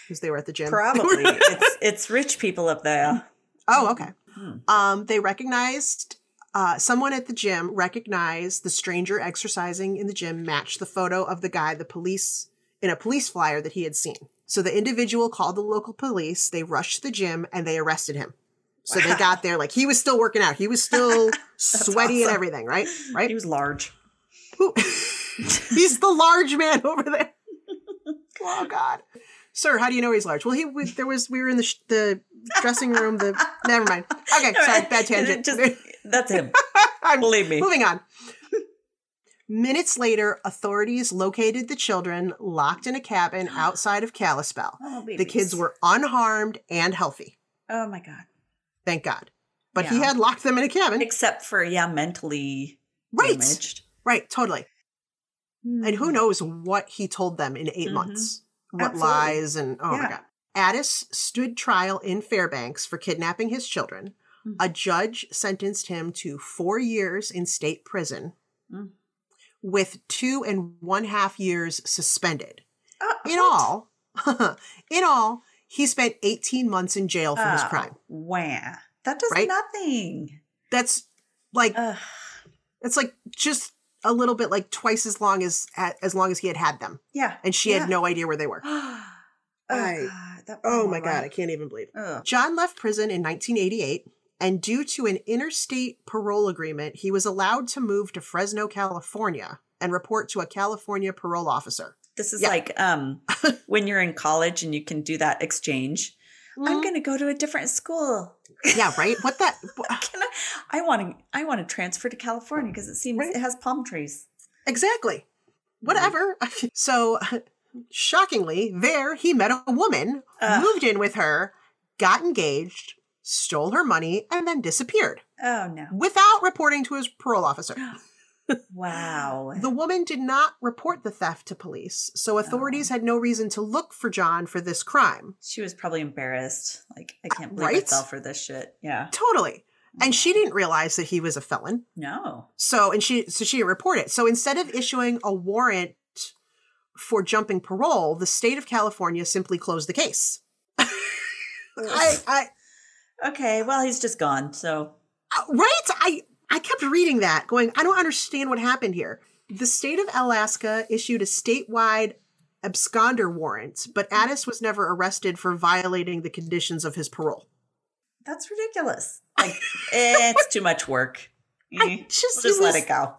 B: Because they were at the gym.
A: probably it's it's rich people up there.
B: oh, okay.
A: Hmm.
B: Um, they recognized uh, someone at the gym recognized the stranger exercising in the gym matched the photo of the guy the police in a police flyer that he had seen. So the individual called the local police, they rushed to the gym and they arrested him. So they
A: Wow.
B: got there like he was still working out. He was still sweaty and
A: awesome.
B: everything, right? Right?
A: He was large.
B: Who- he's the large man over there. Oh God, sir, how do you know he's large? Well, he was, there was we were in the sh- the dressing room. The never mind. Okay, sorry, bad tangent.
A: Just- that's him.
B: I'm
A: Believe me.
B: moving on. Minutes later, authorities located the children locked in a cabin outside of Kalispell.
A: Oh,
B: The kids were unharmed and healthy,
A: Oh my god.
B: thank God. But he
A: Yeah.
B: had locked them in a cabin.
A: Except for yeah, mentally
B: Right,
A: damaged.
B: right, totally. And who
A: Hmm.
B: knows what he told them in 8
A: Mhm.
B: months? What
A: Absolutely.
B: lies and oh my
A: Yeah.
B: god. Addis stood trial in Fairbanks for kidnapping his children.
A: Mhm.
B: A judge sentenced him to four years in state prison
A: Mm.
B: with two and one half years suspended.
A: Uh,
B: In all, in all, he spent 18 months in jail for his
A: Oh,
B: crime.
A: Wah. That does
B: Right?
A: nothing.
B: That's like
A: Ugh.
B: it's like just a little bit like twice as long as as long as he had had them
A: yeah.
B: and she
A: Yeah.
B: had no idea where they were.
A: oh,
B: I-
A: God, that
B: Oh
A: poor
B: my God, I
A: woman.
B: can't even believe. it.
A: Ugh.
B: John left prison in 1988, and due to an interstate parole agreement, he was allowed to move to Fresno, California, and report to a California parole officer.
A: This is
B: Yeah.
A: like um when you're in college and you can do that exchange.
B: Mm-hmm.
A: I'm gonna go to a different school.
B: yeah, right? What that?
A: Can I, I want to. I want to transfer to California because it seems
B: Right.
A: it has palm trees.
B: Exactly. Whatever. So, shockingly, there he met a woman,
A: Ugh.
B: moved in with her, got engaged, stole her money, and then disappeared
A: Oh no!
B: without reporting to his parole officer.
A: Wow.
B: The woman did not report the theft to police, so authorities had no reason to look for John for this crime.
A: she was probably embarrassed. Like I can't believe I
B: Right?
A: fell for this shit. Yeah.
B: Totally. And she didn't realize that he was a felon.
A: No.
B: So and she so she didn't report it. So instead of issuing a warrant for jumping parole, the state of California simply closed the case. I, I
A: Okay, well, he's just gone. So,
B: Uh, right i i kept reading that going i don't understand what happened here the state of alaska issued a statewide absconder warrant but
A: Hmm.
B: addis was never arrested for violating the conditions of his parole
A: that's ridiculous. Like, it's too much work.
B: I
A: Eh,
B: just-
A: we'll
B: it
A: just let
B: was-
A: it go.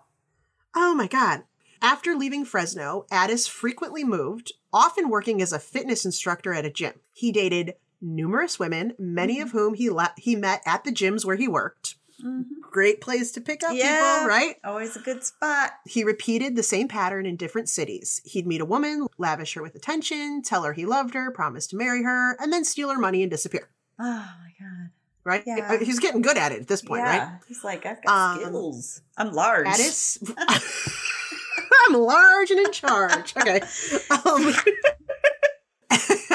B: oh my god after leaving fresno addis frequently moved often working as a fitness instructor at a gym he dated numerous women many
A: Hmm.
B: of whom he la- he met at the gyms where he worked
A: Mhm.
B: great place to pick up
A: Yeah.
B: people right
A: Always a good spot.
B: He repeated the same pattern in different cities. He'd meet a woman, lavish her with attention, tell her he loved her, promise to marry her, and then steal her money and disappear.
A: Oh my god.
B: Right?
A: Yeah.
B: I mean, He's getting good at it at this point,
A: yeah.
B: right?
A: He's like, I've got
B: Um,
A: skills. I'm large.
B: Addis. I'm large and in charge. Okay. Um,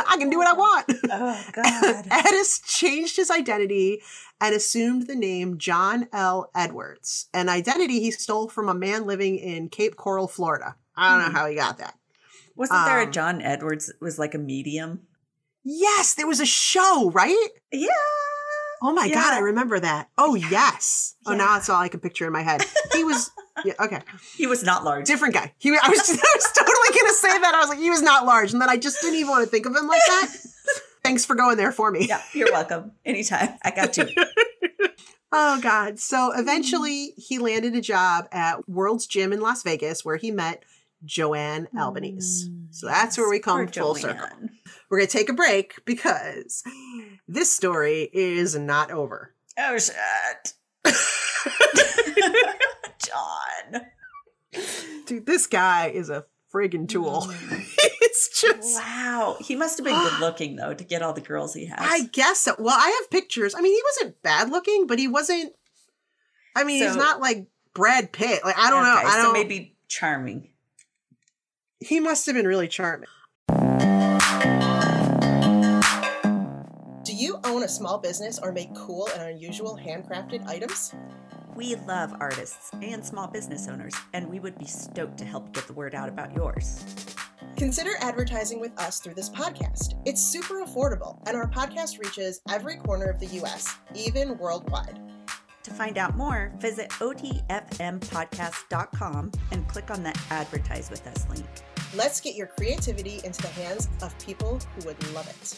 B: I can do what I want.
A: Oh god.
B: Addis changed his identity and assumed the name John L. Edwards, an identity he stole from a man living in Cape Coral, Florida. I don't
A: Hmm.
B: know how he got that.
A: Wasn't there a
B: Um,
A: John Edwards that was like a medium?
B: Yes, there was a show, right?
A: Yeah.
B: Oh my god,
A: Yeah.
B: I remember that. Oh yes. Oh, now
A: Yeah.
B: that's all I can picture in my head. He was yeah, okay,
A: He was not large.
B: different guy. He, I was, I was totally gonna say that. I was like, he was not large, and then I just didn't even want to think of him like that. Thanks for going there for me.
A: yeah, you're welcome. Anytime. I got you.
B: Oh god. So
A: Mm-hmm.
B: eventually, he landed a job at World's Gym in Las Vegas, where he met Joanne Albanese. So that's where we come
A: Mm, Poor
B: full circle.
A: Joanne.
B: We're gonna take a break because this story is not over.
A: Oh shit. John.
B: Dude, this guy is a friggin' tool.
A: Mm.
B: it's just.
A: Wow. He must have been good looking though to get all the girls he has.
B: I guess so. Well, I have pictures. I mean, he wasn't bad looking, but he wasn't. I mean, he's
A: So-
B: not like Brad Pitt. Like I don't know.
A: Okay,
B: I don't.
A: So maybe charming.
B: he must have been really charming. Do you own a small business or make cool and unusual handcrafted items?
A: We love artists and small business owners, and we would be stoked to help get the word out about yours.
B: Consider advertising with us through this podcast. It's super affordable, and our podcast reaches every corner of the U.S., even worldwide.
A: To find out more, visit otfmpodcast.com and click on the Advertise with Us link.
B: Let's get your creativity into the hands of people who would love it.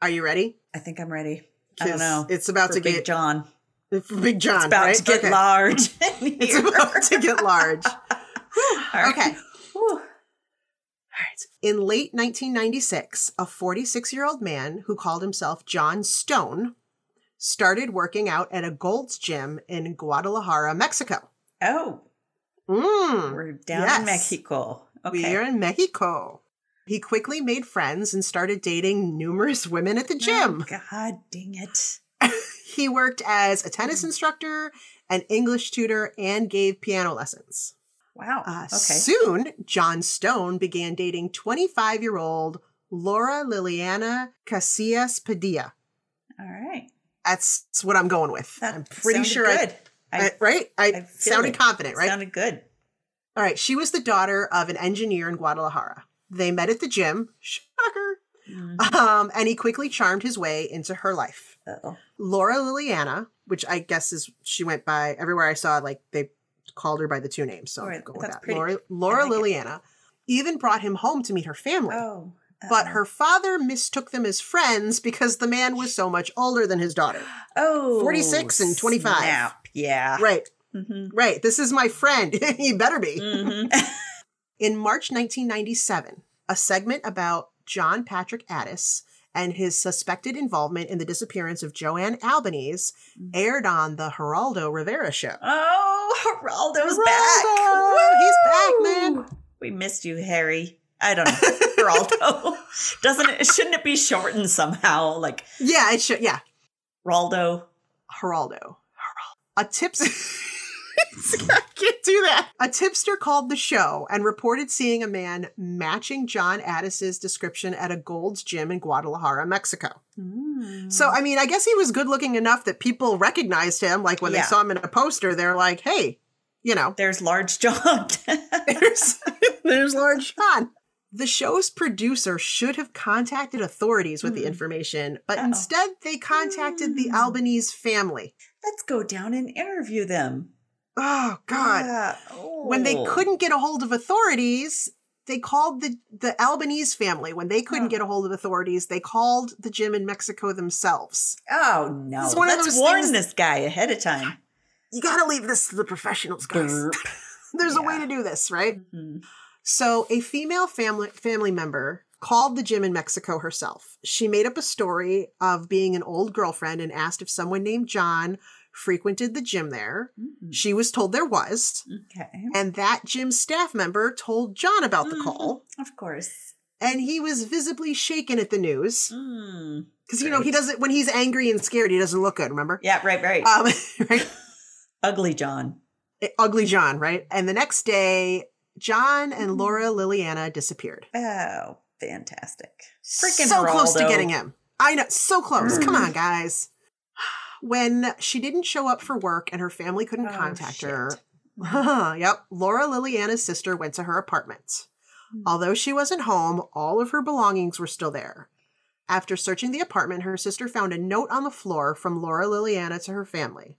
B: Are you ready?
A: I think I'm ready. I don't
B: 'Cause
A: know.
B: It's about
A: For
B: to
A: Big
B: get
A: John.
B: for Big John.
A: It's about
B: right?
A: to get
B: Okay.
A: large.
B: It's about to get large.
A: All right.
B: Okay.
A: Whew.
B: In late 1996, a 46 year old man who called himself John Stone started working out at a Gold's Gym in Guadalajara, Mexico.
A: Oh,
B: Mm.
A: we're down in
B: Yes.
A: Mexico.
B: We
A: Okay.
B: are in Mexico. He quickly made friends and started dating numerous women at the gym.
A: Oh, God dang it.
B: He worked as a
A: Mm-hmm.
B: tennis instructor, an English tutor, and gave piano lessons.
A: Wow.
B: Uh,
A: okay.
B: Soon, John Stone began dating 25 year old Laura Liliana Casillas Padilla.
A: All right.
B: That's what I'm going with.
A: That
B: I'm pretty
A: sounded
B: sure I-
A: Good.
B: I,
A: I,
B: right? I,
A: feel
B: sounded
A: it.
B: confident, right?
A: sounded good.
B: All right. She was the daughter of an engineer in Guadalajara. They met at the gym. Shocker.
A: Mm.
B: Um, and he quickly charmed his way into her life.
A: Uh-oh.
B: Laura Liliana, which I guess is she went by everywhere I saw, like they called her by the two names. So I'm
A: Alright,
B: going with
A: that's
B: that.
A: pretty.
B: Laura, Laura
A: like it.
B: Liliana even brought him home to meet her family.
A: Oh.
B: But
A: uh-oh.
B: her father mistook them as friends because the man was so much older than his daughter.
A: Oh.
B: 46 and 25.
A: Snap. Yeah.
B: Right,
A: Mm-hmm.
B: right. This is my friend. he better be.
A: Mm-hmm.
B: In March 1997, a segment about John Patrick Addis and his suspected involvement in the disappearance of Joanne Albanese aired on the Geraldo Rivera show.
A: oh, Geraldo's
B: Geraldo! He's
A: back.
B: back,
A: Woo! We missed you, Harry. I don't know. Geraldo. Doesn't it shouldn't it be shortened somehow? Like
B: Yeah, it should. Yeah,
A: Raldo.
B: Geraldo. A tips. I can't do that. A tipster called the show and reported seeing a man matching John Addis's description at a Gold's Gym in Guadalajara, Mexico.
A: Mm.
B: So, I mean, I guess he was good looking enough that people recognized him. Like when they
A: Yeah.
B: saw him in a poster, they're like, hey, you know,
A: There's large John.
B: there's, there's Large John. The show's producer should have contacted authorities with the
A: Hmm.
B: information, but
A: Uh-oh.
B: instead they contacted the
A: Hmm.
B: Albanese family.
A: Let's go down and interview them.
B: Oh, God.
A: Yeah.
B: when they
A: Oh.
B: couldn't get a hold of authorities, they called the the Albanese family. When they couldn't
A: Oh.
B: get a hold of authorities, they called the gym in Mexico themselves.
A: Oh no!
B: It's one of
A: Let's
B: those
A: warn
B: things-
A: this guy ahead of time.
B: You got to leave this to the professionals, guys. There's a way
A: Yeah.
B: to do this, right?
A: Mhm.
B: So, a female family family member called the gym in Mexico herself. She made up a story of being an old girlfriend and asked if someone named John frequented the gym there.
A: Mhm.
B: She was told there was,
A: Okay.
B: and that gym staff member told John about the call.
A: Of course.
B: and he was visibly shaken at the news
A: Mm.
B: because you know he
A: Right.
B: doesn't when he's angry and scared he doesn't look good remember
A: Yeah. Right. Right.
B: um right?
A: Ugly John.
B: ugly john right and the next day john
A: Mm-hmm.
B: and laura liliana disappeared
A: Oh, fantastic. Freaking
B: so close to
A: Geraldo.
B: getting him i know so close come on guys when she didn't show up for work and her family couldn't
A: Oh,
B: contact
A: shit.
B: her yep laura liliana's sister went to her apartment
A: Hmm.
B: although she wasn't home all of her belongings were still there After searching the apartment, her sister found a note on the floor from Laura Liliana to her family.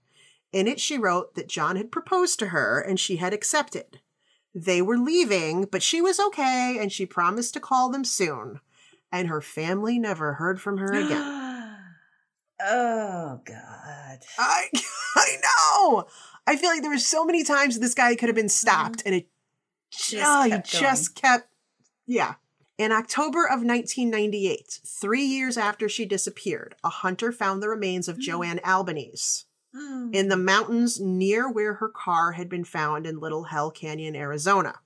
B: In it, she wrote that John had proposed to her and she had accepted. They were leaving, but she was okay and she promised to call them soon. And her family never heard from her again.
A: oh God.
B: I, I know. I feel like there were so many times this guy could have been stopped, and it
A: Mm-hmm. Just
B: just, oh,
A: kept
B: he just kept, yeah. In October of 1998, three years after she disappeared, a hunter found the remains of
A: Mm.
B: Joanne Albanese
A: Mm.
B: in the mountains near where her car had been found in Little Hell Canyon, Arizona.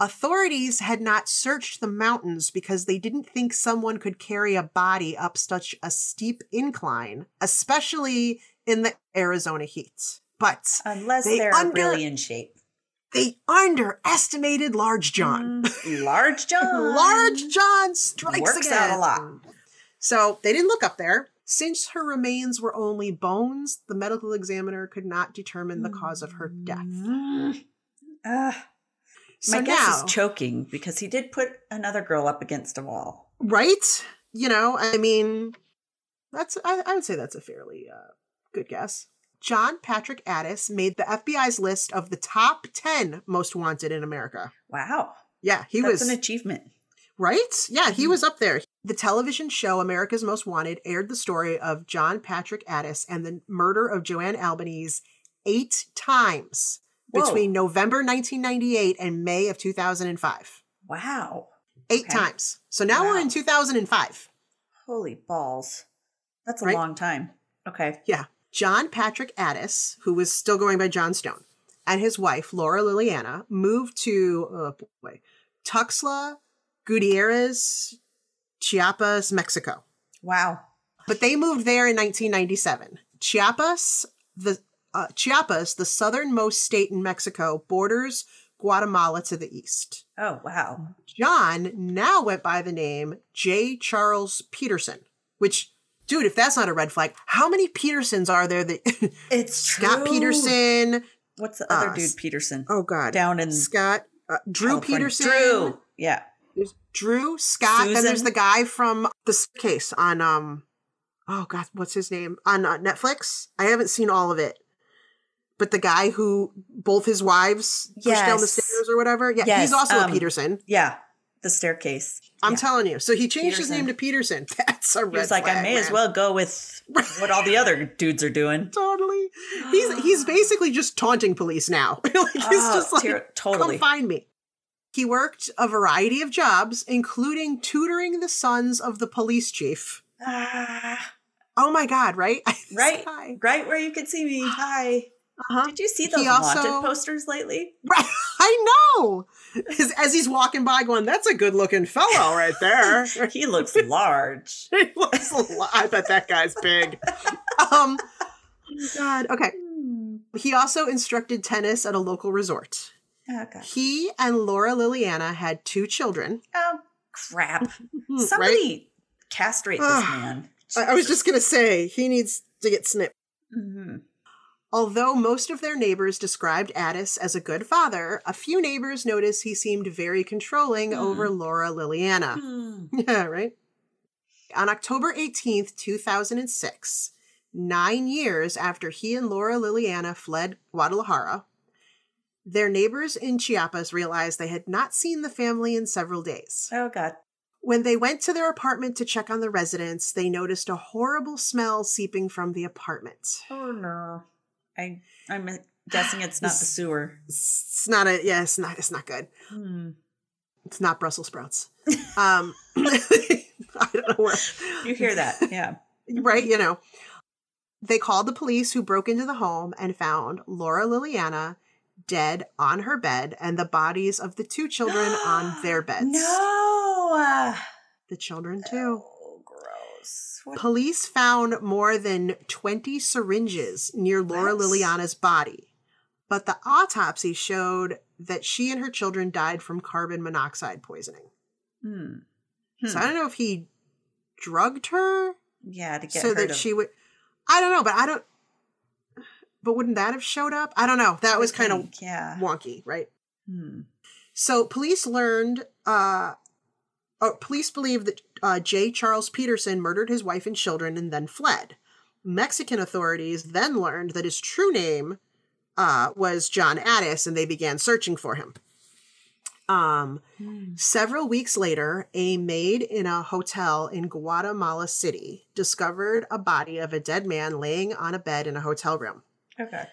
B: Authorities had not searched the mountains because they didn't think someone could carry a body up such a steep incline, especially in the Arizona heat. But
A: Unless
B: they
A: they are
B: under-
A: really in shape.
B: they underestimated Large John.
A: Mm. Large John.
B: Large John strikes
A: Works
B: again.
A: out a lot.
B: So they didn't look up there. Since her remains were only bones, the medical examiner could not determine
A: Hmm.
B: the cause of her death.
A: Mm. Ugh.
B: So
A: My
B: now,
A: guess is choking because he did put another girl up against a wall.
B: right? You know, I mean, that's I, I would say that's a fairly uh, good guess. John Patrick Addis made the FBI's list of the top ten most wanted in America.
A: Wow.
B: Yeah, he
A: That's
B: was
A: an achievement.
B: Right? Yeah, he
A: Mhm.
B: was up there. The television show America's Most Wanted aired the story of John Patrick Addis and the murder of Joanne Albanese eight times
A: Whoa.
B: between November 1998 and May of 2005.
A: Wow.
B: Eight
A: Okay.
B: times. So now we're
A: Wow.
B: in 2005.
A: Holy balls. That's a
B: Right?
A: long time. Okay.
B: Yeah. John Patrick Addis, who was still going by John Stone, and his wife, Laura Liliana, moved to, oh boy, Tuxla, Gutierrez, Chiapas, Mexico.
A: Wow.
B: But they moved there in 1997. Chiapas, the uh, Chiapas, the southernmost state in Mexico, borders Guatemala to the east.
A: Oh, wow.
B: John now went by the name J. Charles Peterson, which, dude, if that's not a red flag, how many Petersons are there? That
A: It's true.
B: Scott Peterson.
A: What's the other
B: Uh,
A: dude, Peterson?
B: Oh God,
A: Down in
B: Scott uh, Drew
A: California.
B: Peterson.
A: Drew. Yeah.
B: There's Drew Scott. Then there's
A: Susan.
B: the guy from the case on um, oh god, what's his name on uh, Netflix? I haven't seen all of it, but the guy who both his wives pushed down the
A: Yes.
B: stairs or whatever. Yeah,
A: Yes,
B: he's also
A: um,
B: a Peterson.
A: Yeah. The staircase.
B: I'm
A: yeah.
B: telling you. So he changed his name
A: Peterson.
B: to Peterson. That's a red
A: He was like, I
B: flag,
A: may as
B: man.
A: well go with what all the other dudes are doing.
B: Totally. He's
A: Ah.
B: he's basically just taunting police now. like he's
A: Oh,
B: just like
A: ter- totally.
B: Come find me. He worked a variety of jobs, including tutoring the sons of the police chief.
A: Ah,
B: Oh my God, right?
A: right.
B: Hi.
A: Right where you can see me. Hi.
B: Uh-huh.
A: Did you see
B: He
A: those
B: also-
A: wanted posters lately?
B: Right. I know. As, as he's walking by, going, that's a good looking fellow right there.
A: He looks large.
B: He looks a lot- I bet that guy's big. Um, oh my God. Okay.
A: Hmm.
B: He also instructed tennis at a local resort.
A: Oh, God.
B: He and Laura Liliana had two children.
A: Oh, crap. Somebody castrate this
B: Ah.
A: man.
B: Mm-hmm, I, I was just going to say, he needs to get snipped.
A: Mhm.
B: Although most of their neighbors described Addis as a good father, a few neighbors noticed he seemed very controlling
A: Mhm.
B: over Laura Liliana.
A: Hmm.
B: Yeah, right? On October 18th, 2006, nine years after he and Laura Liliana fled Guadalajara, their neighbors in Chiapas realized they had not seen the family in several days.
A: Oh, God.
B: When they went to their apartment to check on the residents, they noticed a horrible smell seeping from the apartment.
A: Oh, no. I, I'm guessing it's not the sewer.
B: It's not a yeah, it's not it's not good.
A: Hmm.
B: It's not Brussels sprouts. Um I don't know where
A: You hear that? Yeah.
B: right? You know, they called the police who broke into the home and found Laura Liliana dead on her bed and the bodies of the two children on their beds.
A: No.
B: The children, too.
A: Oh, gross. What?
B: Police found more than 20 syringes near Laura
A: What?
B: Liliana's body, but the autopsy showed that she and her children died from carbon monoxide poisoning.
A: Hmm. Hmm.
B: So I don't know if he drugged her
A: Yeah, to get
B: so
A: her
B: that
A: to-
B: she would i don't know but i don't but wouldn't that have showed up i don't know that was
A: I
B: kind of
A: think, yeah.
B: wonky right
A: Hmm.
B: so police learned uh oh, police believe that uh, j charles peterson murdered his wife and children and then fled mexican authorities then learned that his true name uh, was john addis and they began searching for him um
A: Hmm.
B: Several weeks later, a maid in a hotel in Guatemala City discovered a body of a dead man laying on a bed in a hotel room.
A: Okay.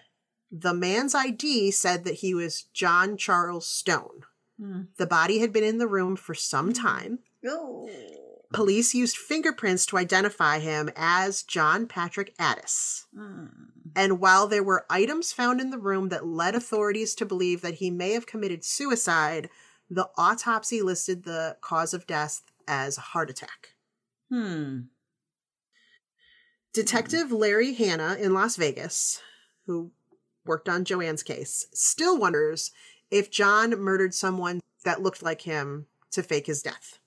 B: The man's ID said that he was John Charles Stone.
A: Mm.
B: The body had been in the room for some time.
A: Oh.
B: Police used fingerprints to identify him as John Patrick Addis.
A: Hmm.
B: And while there were items found in the room that led authorities to believe that he may have committed suicide, the autopsy listed the cause of death as heart attack.
A: Hmm.
B: Detective Larry Hanna in Las Vegas, who worked on Joanne's case, still wonders if John murdered someone that looked like him to fake his death.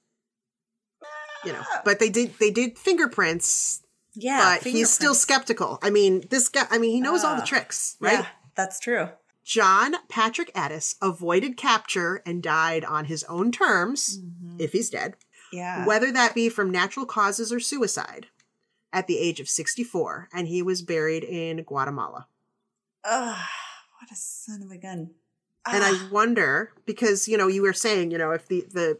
B: You know,
A: Ah.
B: but they did they did fingerprints,
A: Yeah.
B: but he's still skeptical. I mean, this guy I mean, he knows all the
A: Ah,
B: tricks, right?
A: right. that's true.
B: John Patrick Addis avoided capture and died on his own terms,
A: Mm-hmm.
B: if he's dead,
A: Yeah.
B: whether that be from natural causes or suicide, at the age of 64, and he was buried in Guatemala.
A: Ugh, what a son of a gun.
B: And I
A: Ah,
B: wonder, because, you know, you were saying, you know, if the, the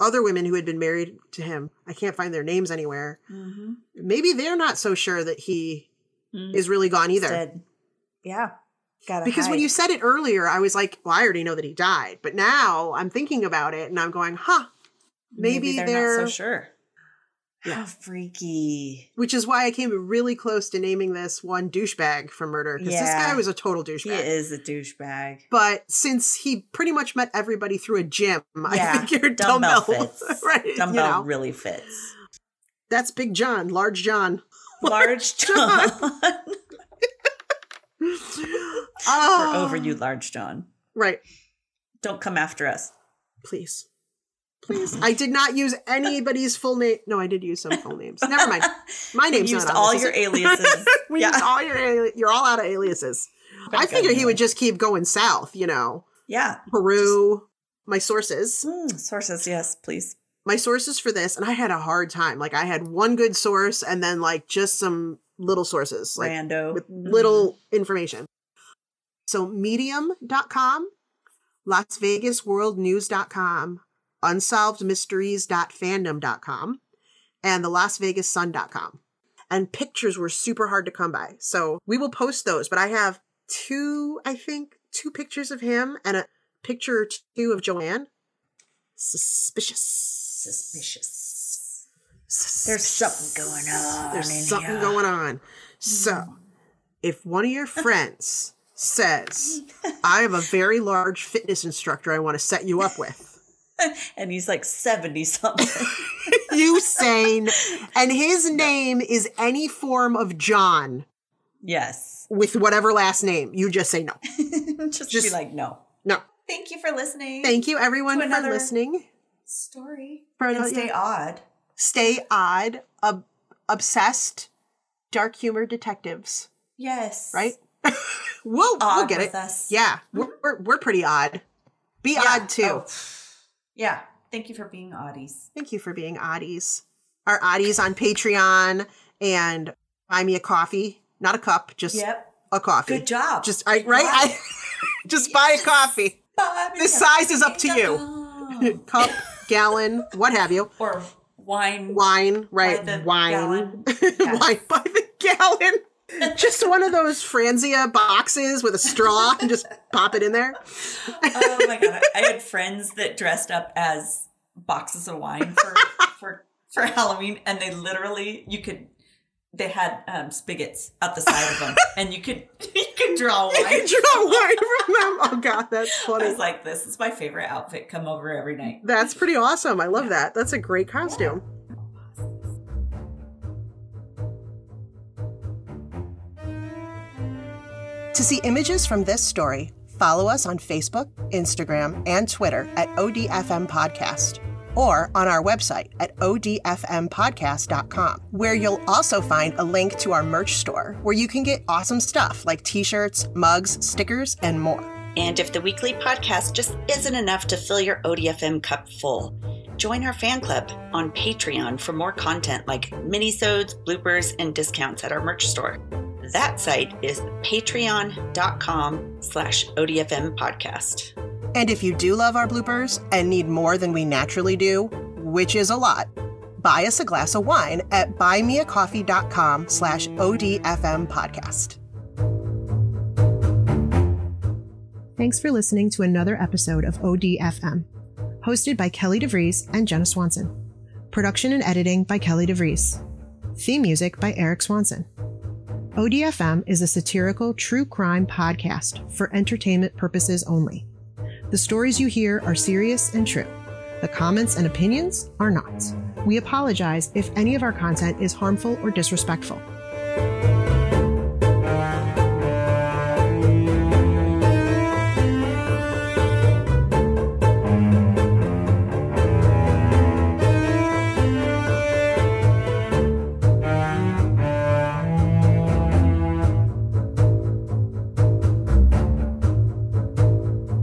B: other women who had been married to him, I can't find their names anywhere,
A: mhm.
B: maybe they're not so sure that he
A: Mm,
B: is really gone either.
A: dead. Yeah. Got
B: Because when you said it earlier, I was like, well, I already know that he died. But now I'm thinking about it and I'm going, huh, maybe
A: they're, not
B: they're-
A: so sure.
B: Yeah.
A: How freaky.
B: which is why I came really close to naming this one douchebag for murder because this
A: Yeah.
B: guy was a total
A: He
B: douchebag.
A: is a douchebag.
B: But since he pretty much met everybody through a gym, I
A: Yeah,
B: figured
A: Dumbbell
B: dumbbell,
A: fits.
B: right? you
A: Dumbbell
B: know.
A: really fits.
B: that's Big John, Large John.
A: Large John.
B: John. Oh,
A: We're over you, Large John.
B: Ah. right?
A: Don't come after us.
B: Please, please. I did not use anybody's full name. No, I did use some full names. Never mind. My
A: We
B: name's
A: used
B: not on
A: all
B: this, is
A: your
B: it?
A: aliases.
B: we
A: Yeah.
B: used all your. ali- You're all out of aliases. I
A: Better go
B: figured he
A: anyway.
B: would just keep going south. You know.
A: Yeah.
B: Peru. my sources,
A: Mm, sources, yes, please.
B: my sources for this, and I had a hard time. Like I had one good source, and then like just some little sources, like
A: Rando.
B: with
A: Mhm.
B: little information. So medium.com, Las Vegas World News.com, unsolvedmysteries.fandom.com, and the Las Vegas Sun.com. And pictures were super hard to come by. So we will post those, but I have two, I think, two pictures of him and a picture or two of Joanne. Suspicious.
A: Suspicious. There's something going on
B: There's
A: in
B: something
A: here.
B: going on. So, if one of your friends says, I have a very large fitness instructor I want to set you up with,
A: and he's like 70 something.
B: you say, n- and his name is any form of John,
A: Yes.
B: with whatever last name. You just say no.
A: just, be
B: Just-
A: like, no.
B: No.
A: Thank you for listening.
B: Thank you, everyone,
A: To
B: for
A: another-
B: listening.
A: Story.
B: For
A: and
B: another-
A: stay odd.
B: Stay odd, ob- obsessed, dark humor detectives,
A: Yes.
B: right? we'll,
A: Odd
B: we'll get
A: with
B: it.
A: us. Mm-hmm.
B: Yeah, we're, we're, we're pretty odd. Be
A: Yeah.
B: odd, too.
A: Oh. Yeah. Thank you for being oddies.
B: Thank you for being oddies. Our oddies on Patreon and buy me a coffee. Not a cup, just
A: Yep.
B: a coffee.
A: Good job.
B: Just I, right? I, just buy a coffee.
A: Bob
B: The
A: and
B: size is up to you.
A: you.
B: Cup, gallon, what have you.
A: or wine.
B: Wine, right?
A: the
B: Wine.
A: gallon. Yes.
B: Wine by the gallon. Just one of those Franzia boxes with a straw and just pop it in there.
A: Oh my god! I had friends that dressed up as boxes of wine for for for Halloween, and they literally you could they had um, spigots out the side of them, and you could you could draw wine.
B: Draw wine from them. Oh god, that's
A: I
B: funny.
A: was like, this is my favorite outfit. Come over every night.
B: That's pretty awesome. I love that. That's a great costume. To see images from this story, follow us on Facebook, Instagram, and Twitter at ODFM Podcast or on our website at odfmpodcast.com where you'll also find a link to our merch store where you can get awesome stuff like t-shirts, mugs, stickers, and more.
A: And if the weekly podcast just isn't enough to fill your ODFM cup full, join our fan club on Patreon for more content like minisodes, bloopers, and discounts at our merch store. That site is patreon.com slash ODFM podcast.
B: And if you do love our bloopers and need more than we naturally do, which is a lot, buy us a glass of wine at buymeacoffee.com slash ODFM podcast. Thanks for listening to another episode of ODFM, hosted by Kelly DeVries and Jenna Swanson. Production and editing by Kelly DeVries. Theme music by Eric Swanson. ODFM is a satirical true crime podcast for entertainment purposes only. The stories you hear are serious and true. The comments and opinions are not. We apologize if any of our content is harmful or disrespectful.